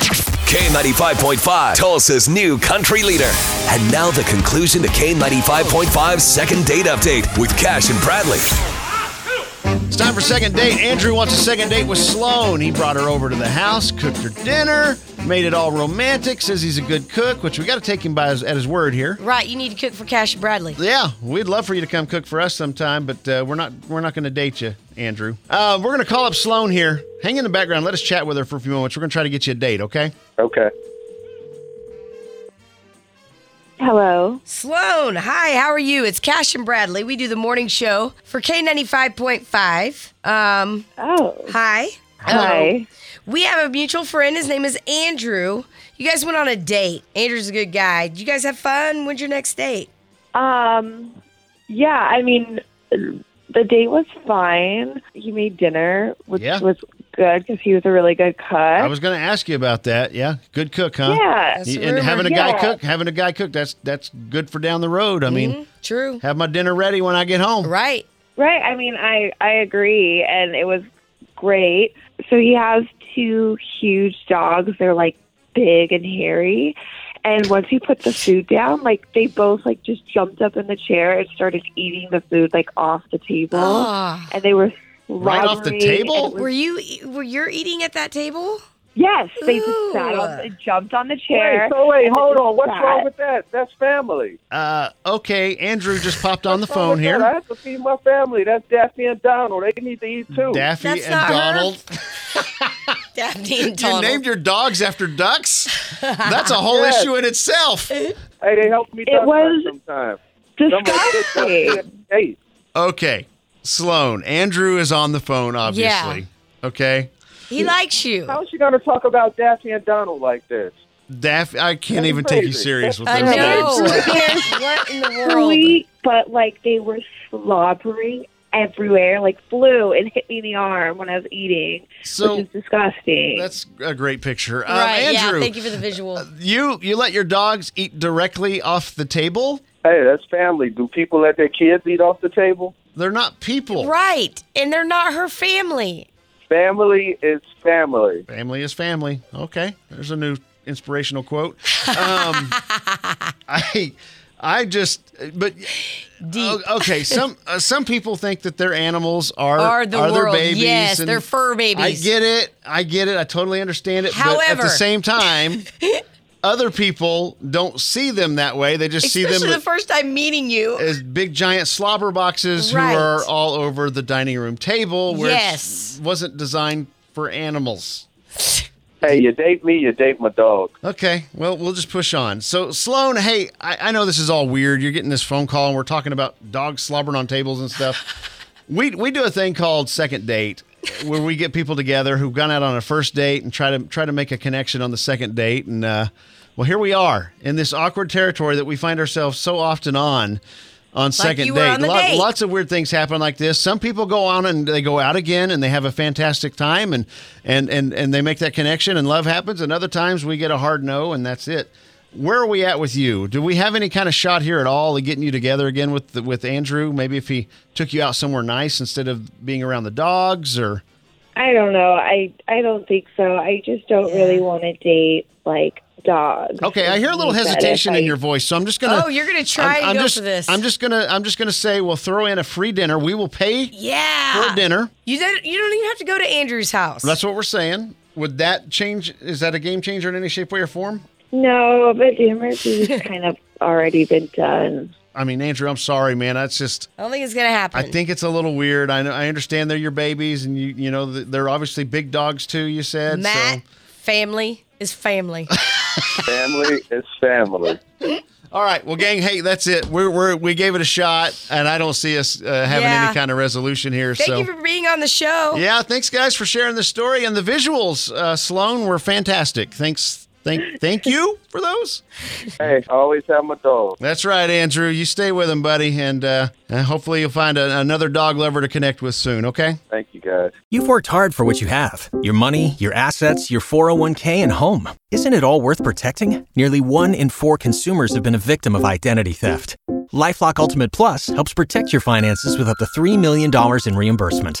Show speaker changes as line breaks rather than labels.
K95.5, Tulsa's new country leader. And now the conclusion to K95.5's second date update with Cash and Bradley.
It's time for second date. Andrew wants a second date with Sloan. He brought her over to the house, cooked her dinner, made it all romantic, says he's a good cook, which we got to take him by his, at his word here.
Right, you need to cook for Cash and Bradley.
Yeah, we'd love for you to come cook for us sometime, but uh, we're not we're not going to date you, Andrew. Uh, we're going to call up Sloan here. Hang in the background. Let us chat with her for a few moments. We're going to try to get you a date, okay?
Okay.
Hello.
Sloan, hi, how are you? It's Cash and Bradley. We do the morning show for K95.5. Um,
Oh,
hi. Um,
hi.
We have a mutual friend. His name is Andrew. You guys went on a date. Andrew's a good guy. Did you guys have fun? When's your next date?
Um, yeah, I mean, the date was fine. He made dinner, which
Yeah.
was good because he was a really good cook.
I was uh, going to ask you about that. Yeah, good cook, huh?
yeah.
That's
You-
the
And
rumor.
having a guy
Yeah.
cook, having a guy cook, that's that's good for down the road. I mean,
Mhm, true.
have my dinner ready when I get home.
Right.
Right. I mean, I I agree, and it was great. So he has two huge dogs. They're like big and hairy, and once he put the food down, like they both like just jumped up in the chair and started eating the food like off the table,
Ah.
and they were.
Right off the
slobbering,
table?
and it was-
Were you e, were you eating at that table?
Yes, they just sat
Ooh.
on, they jumped on the
Wait,
chair.
so wait, hold on. What's
That-
wrong with that? That's family.
Uh, okay, Andrew just popped on the
What's wrong
phone
with that? I
here.
have to feed my family. That's Daphne and Donald. They need to eat too.
Daffy
That's
and
not her.
Donald.
Daphne and
You
Donald.
named your dogs after ducks? That's a whole
Yes.
issue in itself.
hey, they help me.
It
duck hunt
was-
sometimes.
Disgusting.
Hey,
Okay, Sloan. Andrew is on the phone, obviously. Okay.
he likes you.
how is she going to talk about Daphne and Donald like this?
Daff, I can't
That's
even take you
crazy.
serious with
I
those
know.
names.
what in the world?
sweet, but like they were slobbering everywhere, like flew and hit me in the arm when I was eating,
So
which is disgusting.
that's a great picture. Um,
right.
Andrew,
Yeah. Thank you for the visual.
you you let your dogs eat directly off the table?
Hey, that's family. Do people let their kids eat off the table?
They're not people.
Right. And they're not her family.
Family is family.
Family is family. Okay, there's a new inspirational quote. Um, I, I just, but
Deep.
o- okay. Some uh, some people think that their animals are
Are the
their
world.
babies.
Yes,
and
they're fur babies.
I get it. I get it. I totally understand it. but at the
However-
same time, other people don't see them that way. They just
Especially
see them Eh,
the first time meeting you.
as big giant slobber boxes
Right.
who are all over the dining room table, where
Yes.
it wasn't designed for animals.
Hey, you date me, you date my dog.
Okay, well, we'll just push on. So, Sloan, hey, I, I know this is all weird. You're getting this phone call, and we're talking about dogs slobbering on tables and stuff. we we do a thing called second date, where we get people together who've gone out on a first date and try to try to make a connection on the second date. And uh, well, here we are in this awkward territory that we find ourselves so often on. On second
you were
date.
on the date.
lots of weird things happen like this. Some people go on and they go out again and they have a fantastic time and and and and they make that connection and love happens. And other times we get a hard no and that's it. Where are we at with you? Do we have any kind of shot here at all of getting you together again with the, with Andrew? Maybe if he took you out somewhere nice instead of being around the dogs or
I don't know. I I don't think so. I just don't really want to date like dogs.
Okay, I hear a little
That if
hesitation
I-
in your voice, so I'm just gonna
oh, you're going to try and go
just,
for this.
I'm just gonna I'm just gonna say we'll throw in a free dinner. We will pay
Yeah.
for dinner.
You don't, you don't even have to go to Andrew's house.
That's what we're saying. Would that change? Is that a game changer in any shape, way, or form?
No, but dinner has kind of already been done.
I mean, Andrew, I'm sorry, man. That's just.
I don't think it's going to happen.
I think it's a little weird. I know, I understand they're your babies, and you you know th- they're obviously big dogs too. You said
Matt,
so.
family is family.
Family is family.
All right, well, gang, hey, that's it. We're, we're we gave it a shot, and I don't see us uh, having
Yeah.
any kind of resolution here.
Thank
so
you for being on the show.
yeah, thanks guys for sharing the story and the visuals. Uh, Sloan were fantastic. Thanks, thank thank you for those.
Hey, I always have my dog.
That's right, Andrew. You stay with him, buddy, and uh, and hopefully you'll find a, another dog lover to connect with soon. Okay.
Thank you, guys.
You've worked hard for what you have your money, your assets, your 401k, and home. Isn't it all worth protecting? Nearly one in four consumers have been a victim of identity theft. Lifelock Ultimate Plus helps protect your finances with up to $3 million in reimbursement.